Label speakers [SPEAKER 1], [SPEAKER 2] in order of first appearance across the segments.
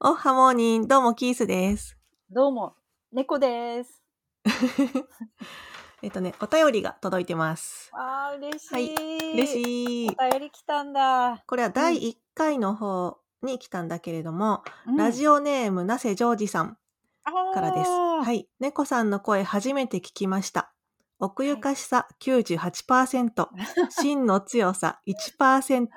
[SPEAKER 1] おはモーニン、どうもキースです。
[SPEAKER 2] どうも、猫です。
[SPEAKER 1] えっとね、お便りが届いてます。
[SPEAKER 2] あー、嬉しい。
[SPEAKER 1] 嬉
[SPEAKER 2] い。
[SPEAKER 1] しい。
[SPEAKER 2] お便り来たんだ。
[SPEAKER 1] これは第1回の方に来たんだけれども、ラジ
[SPEAKER 2] オ。
[SPEAKER 1] オネームなせジョージさんからです。はいい。猫さんの声初めて聞きました。奥ゆかしさ98%、芯の強さ1%、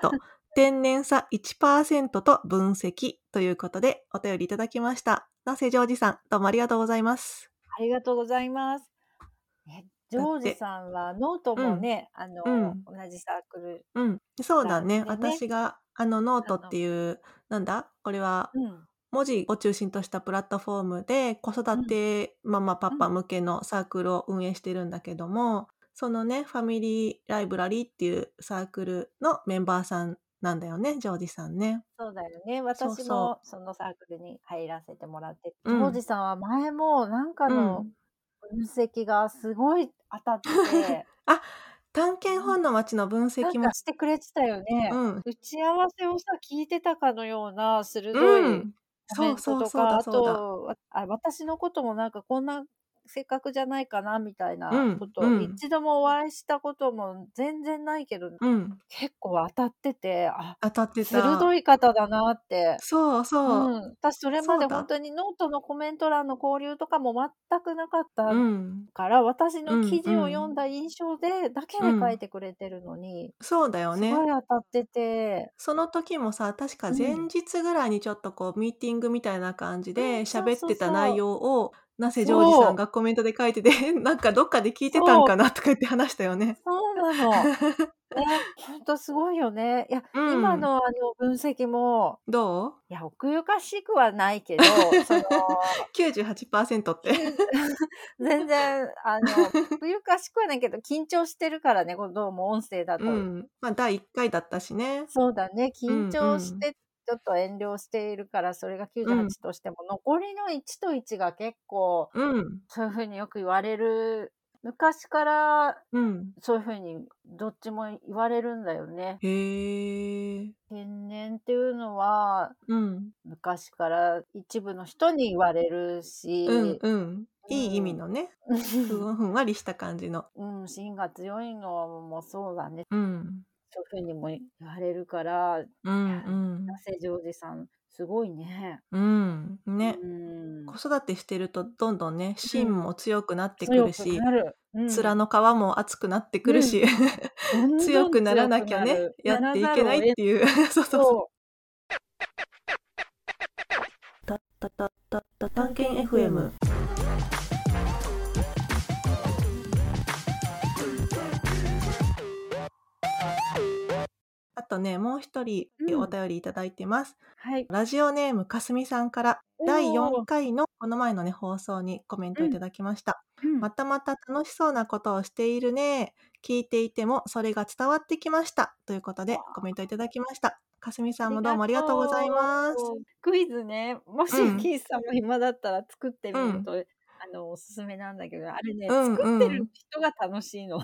[SPEAKER 1] 天然さ1%と分析ということでお便りいただきました。なせジョージさん、どうもありがとうございます。
[SPEAKER 2] ありがとうございます。ねジョージさんはノートもね、あの、
[SPEAKER 1] うん
[SPEAKER 2] 同じサークル。
[SPEAKER 1] うん、そうだね。
[SPEAKER 2] だね
[SPEAKER 1] 私があのノート
[SPEAKER 2] あの
[SPEAKER 1] っていう、なんだこれは
[SPEAKER 2] うん。
[SPEAKER 1] 文字を中心としたプラットフォームで子育てママパパ向けのサークルを運営してるんだけども、そのね、ファミリーライブラリーっていうサークルのメンバーさんなんだよね、ジョージさんね。
[SPEAKER 2] そうだよね。
[SPEAKER 1] そう
[SPEAKER 2] 私もそのサークルに入らせてもらって。
[SPEAKER 1] うん
[SPEAKER 2] ジョージさんは前もなんかの分析がすごい当たって て、
[SPEAKER 1] 探検本の街の分
[SPEAKER 2] な
[SPEAKER 1] 析
[SPEAKER 2] ん
[SPEAKER 1] も
[SPEAKER 2] か、してくれてたよね。
[SPEAKER 1] うん、
[SPEAKER 2] 打ち合わせをさ、聞いてたかのような鋭い、
[SPEAKER 1] うん、
[SPEAKER 2] コメント
[SPEAKER 1] そうそう
[SPEAKER 2] と
[SPEAKER 1] そうだ
[SPEAKER 2] か、あ
[SPEAKER 1] そうだ
[SPEAKER 2] とわあ、私のこともなんかこんな性格じゃないかなみたいな
[SPEAKER 1] うん
[SPEAKER 2] こと、
[SPEAKER 1] うん
[SPEAKER 2] 一度もお会いしたことも全然ないけど、
[SPEAKER 1] うん、
[SPEAKER 2] 結構当たってて、あ、
[SPEAKER 1] 当たってた。
[SPEAKER 2] 鋭い方だなって。
[SPEAKER 1] そう
[SPEAKER 2] う
[SPEAKER 1] そう。
[SPEAKER 2] ん、私それま
[SPEAKER 1] そ
[SPEAKER 2] で
[SPEAKER 1] うだ
[SPEAKER 2] 本当にノートのコメント欄の交流とかも全くなかった
[SPEAKER 1] うん
[SPEAKER 2] から、私
[SPEAKER 1] うん
[SPEAKER 2] の記事
[SPEAKER 1] う
[SPEAKER 2] を
[SPEAKER 1] ん
[SPEAKER 2] 読んだ印象でだけで書いてくれてるのに、
[SPEAKER 1] そうだよね。
[SPEAKER 2] すごい当たってて、
[SPEAKER 1] その時もさ確か
[SPEAKER 2] うん
[SPEAKER 1] 前日ぐらいにちょっとこうミーティングみたいな感じ
[SPEAKER 2] うん
[SPEAKER 1] で
[SPEAKER 2] そうそ
[SPEAKER 1] 喋
[SPEAKER 2] う
[SPEAKER 1] っ
[SPEAKER 2] そう
[SPEAKER 1] てた内容をなせジョージさんがコメントで書いてて なんかどっかで聞いてたんかなとか言って話したよね。
[SPEAKER 2] そうな の。ね、本当すごいよね。いや、
[SPEAKER 1] うん
[SPEAKER 2] 今のあの分析も、
[SPEAKER 1] ど
[SPEAKER 2] いや、奥ゆかしくはないけど、その、
[SPEAKER 1] う ?98% って。
[SPEAKER 2] 全然、あの、奥ゆかしくはないけど、緊張してるからね、これどうも音声だ と。
[SPEAKER 1] うん。まあ第1回だったしね。
[SPEAKER 2] そうだね、緊張し
[SPEAKER 1] うん
[SPEAKER 2] て、ちょっと遠慮しているから、それが
[SPEAKER 1] うん
[SPEAKER 2] 98としても、残りの1と1が結構、
[SPEAKER 1] うん。
[SPEAKER 2] そういうふうによく言われる、昔から、
[SPEAKER 1] うん。
[SPEAKER 2] そういうふうに、どっちも言われるんだよね。
[SPEAKER 1] へー。
[SPEAKER 2] 天然っていうのは、
[SPEAKER 1] うん。
[SPEAKER 2] 昔から一部の人に言われるし、
[SPEAKER 1] うんうん。いい意味のね。
[SPEAKER 2] う
[SPEAKER 1] ふ
[SPEAKER 2] ん
[SPEAKER 1] んふんわりした感じの。
[SPEAKER 2] うん、芯が強いのもそうだね。
[SPEAKER 1] うん。
[SPEAKER 2] そういうふうにも言われるから、
[SPEAKER 1] うん
[SPEAKER 2] なせジョージさん、すごいね。
[SPEAKER 1] うん。うん。ね。
[SPEAKER 2] うん、
[SPEAKER 1] 子育てしてるとどんどんね芯も強くなってく
[SPEAKER 2] 強
[SPEAKER 1] る
[SPEAKER 2] く
[SPEAKER 1] し、
[SPEAKER 2] なる。うん
[SPEAKER 1] 面の皮も厚くなってくるし、
[SPEAKER 2] ど んどん
[SPEAKER 1] 強くならなきゃね
[SPEAKER 2] 強
[SPEAKER 1] やっ
[SPEAKER 2] くな
[SPEAKER 1] て
[SPEAKER 2] る
[SPEAKER 1] いけないっていう そうそうそう
[SPEAKER 2] そ
[SPEAKER 1] 探検 FM あとねもう一人
[SPEAKER 2] うん
[SPEAKER 1] お便りいただいてます、
[SPEAKER 2] う。はい。
[SPEAKER 1] ラジオネームかすみさんから
[SPEAKER 2] おー
[SPEAKER 1] 第4回のこの前のね放送にコメントいただきました、
[SPEAKER 2] うん
[SPEAKER 1] またまた楽しそうなことをしているね。聞いていてもそれが伝わってきました。ということで
[SPEAKER 2] わあ
[SPEAKER 1] コメントいただきました。かすみさんもどうもありがとうございます。。
[SPEAKER 2] クイズね、もし
[SPEAKER 1] うん
[SPEAKER 2] キースさんも暇だったら作ってみると、あのおすすめなんだけど、あれね、作って
[SPEAKER 1] うんうん
[SPEAKER 2] る人が楽しいの。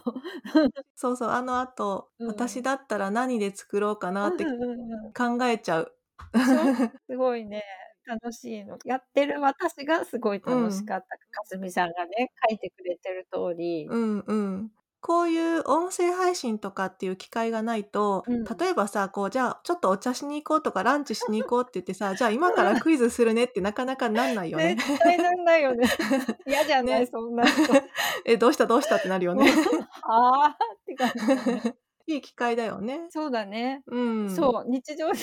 [SPEAKER 1] そうそう、あの後、
[SPEAKER 2] うん
[SPEAKER 1] 私だったら何で作ろうかなっ て
[SPEAKER 2] うんうんうん
[SPEAKER 1] 考えちゃう。
[SPEAKER 2] すごいね、楽しいの。やってる私がすごい楽しかった。かすみさんがね、書いてくれてる通り。
[SPEAKER 1] うんうん。こういう音声配信とかっていう機会がないと、
[SPEAKER 2] うん
[SPEAKER 1] 例えばさ、こう、じゃあ、ちょっとお茶しに行こうとか、ランチしに行こうって言って さ、じゃあ今からクイズするねってなかなかなんないよね。
[SPEAKER 2] 絶対なんないよね。 嫌じゃない、
[SPEAKER 1] ね
[SPEAKER 2] そんな人。は
[SPEAKER 1] え、どうしたどうしたってなるよね。
[SPEAKER 2] あーって感じだ ね。
[SPEAKER 1] いい機会だよね。
[SPEAKER 2] そうだね。
[SPEAKER 1] うん。
[SPEAKER 2] そう、日常で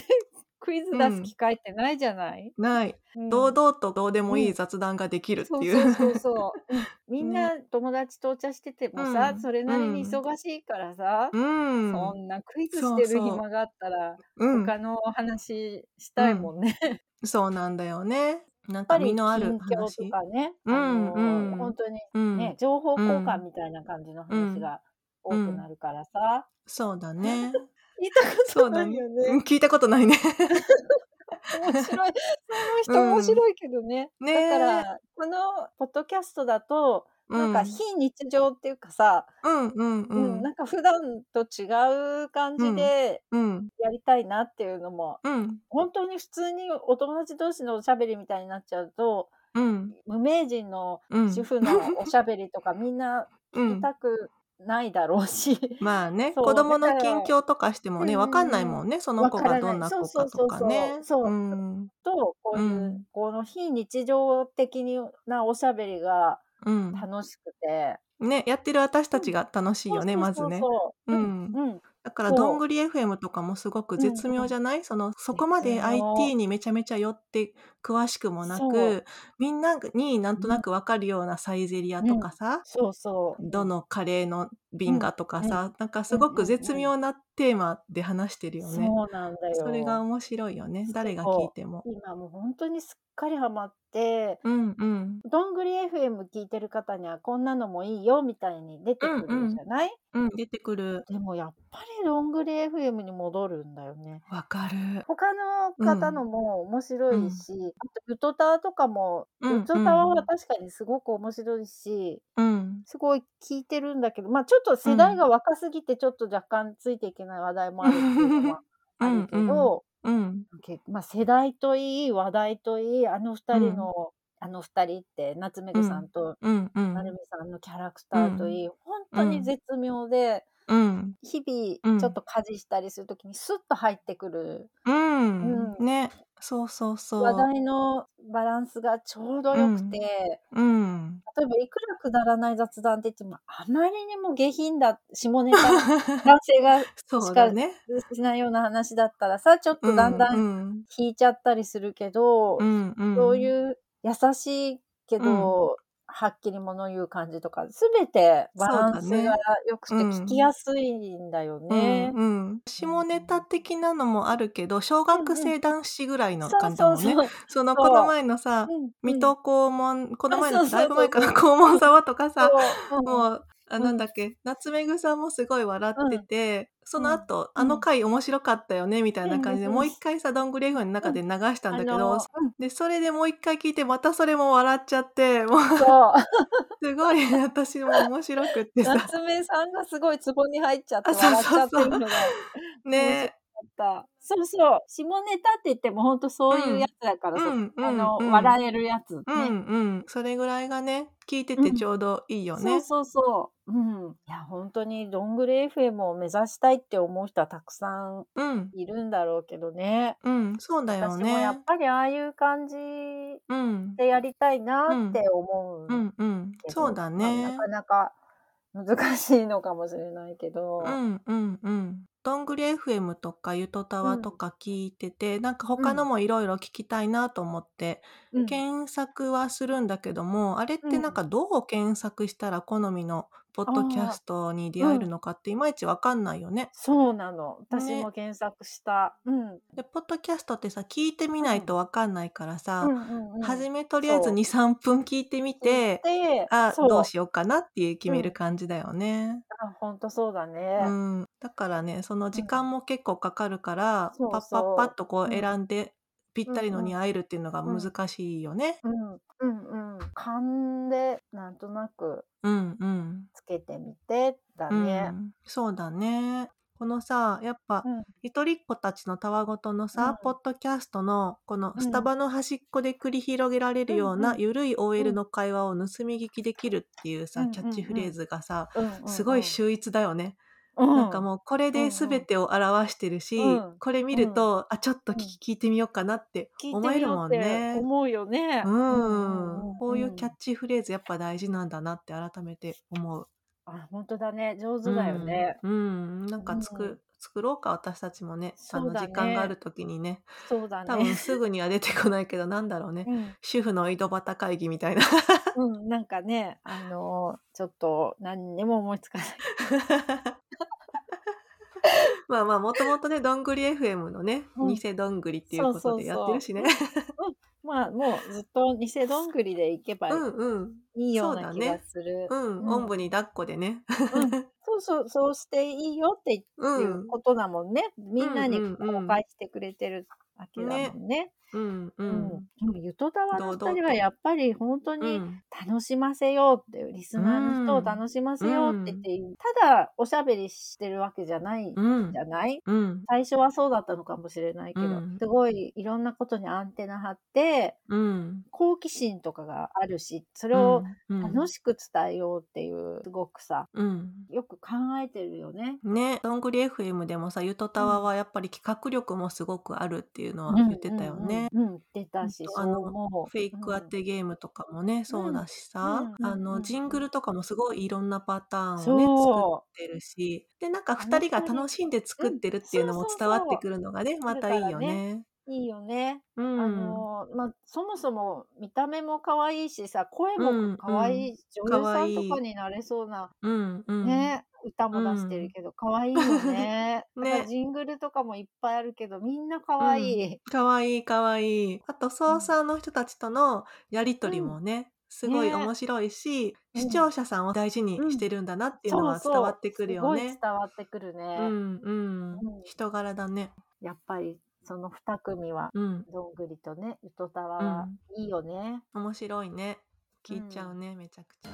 [SPEAKER 2] クイズ出す機会ってないじゃない、
[SPEAKER 1] ない。
[SPEAKER 2] うん
[SPEAKER 1] 堂々とどうでもいい
[SPEAKER 2] うん
[SPEAKER 1] 雑談ができるって
[SPEAKER 2] そう
[SPEAKER 1] い
[SPEAKER 2] そう
[SPEAKER 1] う。
[SPEAKER 2] そうそう。 うんみんな友達とお茶しててもさ、
[SPEAKER 1] うん
[SPEAKER 2] それなりに
[SPEAKER 1] うん
[SPEAKER 2] 忙しいからさ、
[SPEAKER 1] うん。
[SPEAKER 2] そんなクイズ
[SPEAKER 1] そう
[SPEAKER 2] してる
[SPEAKER 1] そう
[SPEAKER 2] 暇があったら、
[SPEAKER 1] うん。
[SPEAKER 2] 他のお話したいもんね。
[SPEAKER 1] そうなんだよね。なん
[SPEAKER 2] やっ
[SPEAKER 1] か
[SPEAKER 2] ぱり
[SPEAKER 1] 身のある
[SPEAKER 2] 近況
[SPEAKER 1] 話
[SPEAKER 2] と。かね、
[SPEAKER 1] うん
[SPEAKER 2] あの
[SPEAKER 1] うん
[SPEAKER 2] 本当に
[SPEAKER 1] うん、
[SPEAKER 2] ね、情報交換みたいな感じの話が多くなるからさ、
[SPEAKER 1] そうだ ね。
[SPEAKER 2] 言いたことないよ
[SPEAKER 1] うん
[SPEAKER 2] ね。
[SPEAKER 1] 聞いたことないね。
[SPEAKER 2] 面白い。その人
[SPEAKER 1] うん
[SPEAKER 2] 面白いけどね。
[SPEAKER 1] ね
[SPEAKER 2] だから、このポッドキャストだと、 なんか非日常っていうかさ、
[SPEAKER 1] うんうん
[SPEAKER 2] う
[SPEAKER 1] うんん
[SPEAKER 2] なんか普段と違う感じで
[SPEAKER 1] うん
[SPEAKER 2] やりたいなっていうのも、
[SPEAKER 1] うん
[SPEAKER 2] 本当に普通にお友達同士のおしゃべりみたいになっちゃうと、
[SPEAKER 1] うん
[SPEAKER 2] 無名人の
[SPEAKER 1] うん
[SPEAKER 2] 主婦のおしゃべりとかみんな
[SPEAKER 1] う
[SPEAKER 2] 聞き
[SPEAKER 1] ん
[SPEAKER 2] たくないだろうし、
[SPEAKER 1] まあね
[SPEAKER 2] そう
[SPEAKER 1] 子供の
[SPEAKER 2] だから
[SPEAKER 1] 近況とかしてもね
[SPEAKER 2] うんうん
[SPEAKER 1] わかんないもんねその子がどんな子かとかね。
[SPEAKER 2] そうそうそうそう
[SPEAKER 1] うん
[SPEAKER 2] とこういう、
[SPEAKER 1] うん
[SPEAKER 2] この非日常的なおしゃべりが
[SPEAKER 1] うん
[SPEAKER 2] 楽しくて。
[SPEAKER 1] ねやってる私たちが楽しいよね
[SPEAKER 2] そう
[SPEAKER 1] ま
[SPEAKER 2] そ
[SPEAKER 1] ず
[SPEAKER 2] うそう
[SPEAKER 1] ね。
[SPEAKER 2] そう
[SPEAKER 1] う
[SPEAKER 2] うんん、うん、
[SPEAKER 1] だから
[SPEAKER 2] そう
[SPEAKER 1] どんぐり FM とかもすごく絶妙じゃない、そのそこまで
[SPEAKER 2] 絶妙
[SPEAKER 1] IT にめちゃめちゃ寄って詳しくもな
[SPEAKER 2] そ
[SPEAKER 1] くみんなになんとなくわかるようなサイゼリアとかさ、
[SPEAKER 2] そうそう。
[SPEAKER 1] どのカレーの瓶がとかさ、なんかすごく絶妙なテーマで話してるよね。
[SPEAKER 2] そうなんだよ。
[SPEAKER 1] それが面白いよね
[SPEAKER 2] そう
[SPEAKER 1] 誰が聞いても。
[SPEAKER 2] 今もう本当にすっかりハマって、
[SPEAKER 1] うんうん
[SPEAKER 2] どんぐり FM 聞いてる方にはこんなのもいいよみたいに出てくるじゃな
[SPEAKER 1] う
[SPEAKER 2] い、
[SPEAKER 1] ん出てくる
[SPEAKER 2] でもやっぱりどんぐり FM に戻るんだよね。
[SPEAKER 1] わかる。
[SPEAKER 2] 他の方のも面白いし、あとゆとたわとかも、
[SPEAKER 1] うんうん
[SPEAKER 2] ゆとたわは確かにすごく面白いし、
[SPEAKER 1] うん
[SPEAKER 2] すごい聞いてるんだけど、まあちょっと世代が若すぎてちょっと若干ついていけない話題もあるっていうのはあるけ
[SPEAKER 1] う
[SPEAKER 2] ど、
[SPEAKER 1] んうんうん
[SPEAKER 2] けまあ、世代といい話題といいあの二人の、あの二人って夏目ぐさんと
[SPEAKER 1] うんうん
[SPEAKER 2] 成美さんのキャラクターといい、本当に絶妙で、
[SPEAKER 1] うん
[SPEAKER 2] 日
[SPEAKER 1] うん
[SPEAKER 2] 々ちょっと家事したりするときにスッと入ってくる、
[SPEAKER 1] うん
[SPEAKER 2] うん
[SPEAKER 1] ねそうそうそう。
[SPEAKER 2] 話題のバランスがちょうどよく
[SPEAKER 1] うん
[SPEAKER 2] て、例え
[SPEAKER 1] うん。
[SPEAKER 2] ばいくらくだらない雑談って言ってもあまりにも下品だ 下ネタ男性が
[SPEAKER 1] そうだね。
[SPEAKER 2] しないような話だったらさちょっとだんだ
[SPEAKER 1] うんん
[SPEAKER 2] 引いちゃったりするけど、
[SPEAKER 1] うんうん、
[SPEAKER 2] そう
[SPEAKER 1] う
[SPEAKER 2] いう優しいけど、はっきり物言う感じとか、すべてバラン
[SPEAKER 1] そ
[SPEAKER 2] ス
[SPEAKER 1] うだ
[SPEAKER 2] が
[SPEAKER 1] ね
[SPEAKER 2] 良くて
[SPEAKER 1] うん
[SPEAKER 2] 聞きやすいんだよね。
[SPEAKER 1] んうん、下ネタ的なのもあるけど小学生男子ぐらいの
[SPEAKER 2] そう
[SPEAKER 1] 感じだも
[SPEAKER 2] そうそ
[SPEAKER 1] んね。
[SPEAKER 2] う。
[SPEAKER 1] その
[SPEAKER 2] そう
[SPEAKER 1] この前のさ
[SPEAKER 2] うん
[SPEAKER 1] 水戸黄門この前
[SPEAKER 2] あ
[SPEAKER 1] の
[SPEAKER 2] そうそう
[SPEAKER 1] だいぶ前か
[SPEAKER 2] そ
[SPEAKER 1] ら
[SPEAKER 2] う
[SPEAKER 1] 黄門沢とかさ
[SPEAKER 2] うんそう
[SPEAKER 1] もうあ
[SPEAKER 2] うん
[SPEAKER 1] なんだっけ夏目ぐさんもすごい笑ってて、その後、
[SPEAKER 2] うん
[SPEAKER 1] あの回面白かったよねみたいな感じで、
[SPEAKER 2] うん
[SPEAKER 1] もう一回さどんぐり F の中で流したんだけど、
[SPEAKER 2] あの
[SPEAKER 1] でそれでもう一回聞いてまたそれも笑っちゃってもう
[SPEAKER 2] うんそう。
[SPEAKER 1] すごい 私も面白くってさ
[SPEAKER 2] 夏目さんがすごいツボに入っちゃって
[SPEAKER 1] あそう
[SPEAKER 2] 笑っち
[SPEAKER 1] そ
[SPEAKER 2] ゃ
[SPEAKER 1] う
[SPEAKER 2] っ
[SPEAKER 1] そう
[SPEAKER 2] てるのが
[SPEAKER 1] ね
[SPEAKER 2] あった。そうそう。下ネタって言っても本当そういうやつだから、
[SPEAKER 1] うん
[SPEAKER 2] そうあの、
[SPEAKER 1] うんうん
[SPEAKER 2] 笑えるやつね。
[SPEAKER 1] うんうんそれぐらいがね聞いててちょうどいいよね。
[SPEAKER 2] そうそうそう。うん。いや、本当に、どんぐり FM を目指したいって思う人はたくさん
[SPEAKER 1] うん
[SPEAKER 2] いるんだろうけどね。
[SPEAKER 1] うん、そうだよ
[SPEAKER 2] 私もや
[SPEAKER 1] ね
[SPEAKER 2] っ。ぱりああいう感じ
[SPEAKER 1] うん、
[SPEAKER 2] でやりたいなって思うけ
[SPEAKER 1] う
[SPEAKER 2] ど、
[SPEAKER 1] ん、うん、そうだ
[SPEAKER 2] まあ
[SPEAKER 1] ね。
[SPEAKER 2] なかなか難しいのかもしれないけど。
[SPEAKER 1] うん、うん、うん。どんぐり FM とかゆとたわとか聞いてて、なんか他のもいろいろ聞きたいなと思って、
[SPEAKER 2] うん
[SPEAKER 1] 検索はするんだけども、あれってなんかどう検索したら好みのポッドキャストに出会えるのかっていまいちわかんないよね。
[SPEAKER 2] そうなの。私も検索した。うん。
[SPEAKER 1] で、ポッドキャストってさ、聞いてみないとわかんないから
[SPEAKER 2] う
[SPEAKER 1] さ、
[SPEAKER 2] んうんうん
[SPEAKER 1] はじめとりあえず
[SPEAKER 2] そう
[SPEAKER 1] 2、3分聞いてみて、
[SPEAKER 2] で
[SPEAKER 1] あ
[SPEAKER 2] そう
[SPEAKER 1] どうしようかなっていう決める感じだよね。
[SPEAKER 2] あ、本当そうだね。
[SPEAKER 1] うんだからねその時間も結構かかるから、
[SPEAKER 2] そう
[SPEAKER 1] パッパッパッとこ
[SPEAKER 2] そう
[SPEAKER 1] う
[SPEAKER 2] うん
[SPEAKER 1] 選んで、ぴったりのに会えるっていうのが
[SPEAKER 2] うんうん
[SPEAKER 1] 難しいよね。
[SPEAKER 2] うんうんうん。勘で、なんとなく
[SPEAKER 1] うんうん
[SPEAKER 2] つけてみてだ
[SPEAKER 1] うん
[SPEAKER 2] ね。
[SPEAKER 1] そうだね。このさやっぱ、
[SPEAKER 2] うん
[SPEAKER 1] 一人っ子たちのたわごとのさ、
[SPEAKER 2] うん
[SPEAKER 1] ポッドキャストのこの
[SPEAKER 2] うん
[SPEAKER 1] スタバの端っこで繰り広げられるよう
[SPEAKER 2] うん
[SPEAKER 1] な
[SPEAKER 2] うん
[SPEAKER 1] ゆるい OL
[SPEAKER 2] うん
[SPEAKER 1] の会話を盗み聞きできるっていうさ、
[SPEAKER 2] うんうんうん
[SPEAKER 1] キャッチフレーズがさ、
[SPEAKER 2] うんうんうん
[SPEAKER 1] すごい秀逸だよね。
[SPEAKER 2] うん
[SPEAKER 1] なんかもうこれで全てを表してるし、
[SPEAKER 2] うん
[SPEAKER 1] これ見ると、あちょっと聞き聞いてみようかなって
[SPEAKER 2] 聞いて
[SPEAKER 1] 思え
[SPEAKER 2] み
[SPEAKER 1] る
[SPEAKER 2] よ
[SPEAKER 1] も
[SPEAKER 2] うんって
[SPEAKER 1] ね。
[SPEAKER 2] 思うよね。
[SPEAKER 1] う
[SPEAKER 2] うんうん
[SPEAKER 1] ん
[SPEAKER 2] ん、
[SPEAKER 1] こういうキャッチフレーズやっぱ大事なんだなって改めて思う。
[SPEAKER 2] あ本当だね上手だよね。
[SPEAKER 1] うん、うんなんかつく、
[SPEAKER 2] うん
[SPEAKER 1] 作ろうか私たちもねあ
[SPEAKER 2] そう
[SPEAKER 1] の
[SPEAKER 2] だね
[SPEAKER 1] 時間がある時にね
[SPEAKER 2] そうだ
[SPEAKER 1] 多分
[SPEAKER 2] ね。
[SPEAKER 1] すぐには出てこないけどなんだろうね
[SPEAKER 2] うん、
[SPEAKER 1] 主婦の井戸端会議み たいな
[SPEAKER 2] うん、なんかねあのーちょっと何にも思いつかない。
[SPEAKER 1] まあまあもともとねどんぐり FM のね、
[SPEAKER 2] うん
[SPEAKER 1] 偽どんぐりっていうこ
[SPEAKER 2] そ
[SPEAKER 1] と
[SPEAKER 2] うそうそう
[SPEAKER 1] でやってるしね。
[SPEAKER 2] まあもうずっと偽どんぐりでいけば
[SPEAKER 1] うんうん
[SPEAKER 2] いいよう
[SPEAKER 1] そ
[SPEAKER 2] な
[SPEAKER 1] う
[SPEAKER 2] 気
[SPEAKER 1] だね
[SPEAKER 2] がする。
[SPEAKER 1] うん、
[SPEAKER 2] うん
[SPEAKER 1] おんぶに抱っこで ね。
[SPEAKER 2] うんそうそうそうしていいよって
[SPEAKER 1] う
[SPEAKER 2] い
[SPEAKER 1] ん、
[SPEAKER 2] うことだもんね。みんなに
[SPEAKER 1] うんうんうん
[SPEAKER 2] 公開してくれてるわけだもんね。
[SPEAKER 1] うんう
[SPEAKER 2] うんん、でもゆとたわの
[SPEAKER 1] 堂
[SPEAKER 2] 2
[SPEAKER 1] 々
[SPEAKER 2] 人
[SPEAKER 1] と
[SPEAKER 2] はやっぱり本当
[SPEAKER 1] う
[SPEAKER 2] に
[SPEAKER 1] ん
[SPEAKER 2] 楽しませようっていう、リスナーの人を楽しませようって言って、ただおしゃべりしてるわけじゃない
[SPEAKER 1] うんうん
[SPEAKER 2] じゃない
[SPEAKER 1] うん
[SPEAKER 2] 最初はそうだったのかもしれないけど、
[SPEAKER 1] うん
[SPEAKER 2] すごいいろんなことにアンテナ張って、
[SPEAKER 1] うん
[SPEAKER 2] 好奇心とかがあるし、それを楽
[SPEAKER 1] し
[SPEAKER 2] しく伝えようっていう、すごくさ、
[SPEAKER 1] うん
[SPEAKER 2] よく考えてるよね。
[SPEAKER 1] ねどんぐり FM でもさゆとたわはやっぱり企画力もすごくあるっていうのは言ってたよね。
[SPEAKER 2] うんうんうん。うん、言ってたし、
[SPEAKER 1] ほんと
[SPEAKER 2] そ
[SPEAKER 1] あ
[SPEAKER 2] う
[SPEAKER 1] の
[SPEAKER 2] 思う。
[SPEAKER 1] フェイク当てゲームとかもね、そうだしさ、
[SPEAKER 2] うん
[SPEAKER 1] あ
[SPEAKER 2] う
[SPEAKER 1] の
[SPEAKER 2] ん
[SPEAKER 1] ジングルとかもすごいいろんなパターンをね
[SPEAKER 2] そ
[SPEAKER 1] 作ってるしでなんか
[SPEAKER 2] あの
[SPEAKER 1] 2人が
[SPEAKER 2] 二人
[SPEAKER 1] 楽しんで作ってるっていうの
[SPEAKER 2] うん
[SPEAKER 1] も
[SPEAKER 2] そうそう
[SPEAKER 1] 伝
[SPEAKER 2] そ
[SPEAKER 1] わ
[SPEAKER 2] う
[SPEAKER 1] ってくるのがねまたいいよね。
[SPEAKER 2] う。いいよね。
[SPEAKER 1] うん
[SPEAKER 2] あのまあ、そもそも見た目も可愛いしさ声も可愛い、女優
[SPEAKER 1] 可
[SPEAKER 2] さ
[SPEAKER 1] 愛
[SPEAKER 2] ん
[SPEAKER 1] い
[SPEAKER 2] とかになれそうな、
[SPEAKER 1] うんうん
[SPEAKER 2] ね歌も出してるけど可愛いよね
[SPEAKER 1] ね
[SPEAKER 2] だからジングルとかもいっぱいあるけどみんな可愛い、
[SPEAKER 1] かわいいかわいい。あと、操作の人たちとのやりとりもね、すごい
[SPEAKER 2] ね
[SPEAKER 1] 面白いし、
[SPEAKER 2] うん
[SPEAKER 1] 視聴者さんを大事にしてるんだなっていうの
[SPEAKER 2] そう
[SPEAKER 1] は伝
[SPEAKER 2] そう
[SPEAKER 1] わってくるよ
[SPEAKER 2] すごい
[SPEAKER 1] ね。
[SPEAKER 2] 伝わってくるね、
[SPEAKER 1] うんうん
[SPEAKER 2] うん。
[SPEAKER 1] 人柄だね。
[SPEAKER 2] やっぱりその2組は
[SPEAKER 1] うん。
[SPEAKER 2] どんぐりとねゆとたわは
[SPEAKER 1] うん
[SPEAKER 2] いいよね、
[SPEAKER 1] 面白いね。聞いちゃうね、めちゃくちゃ。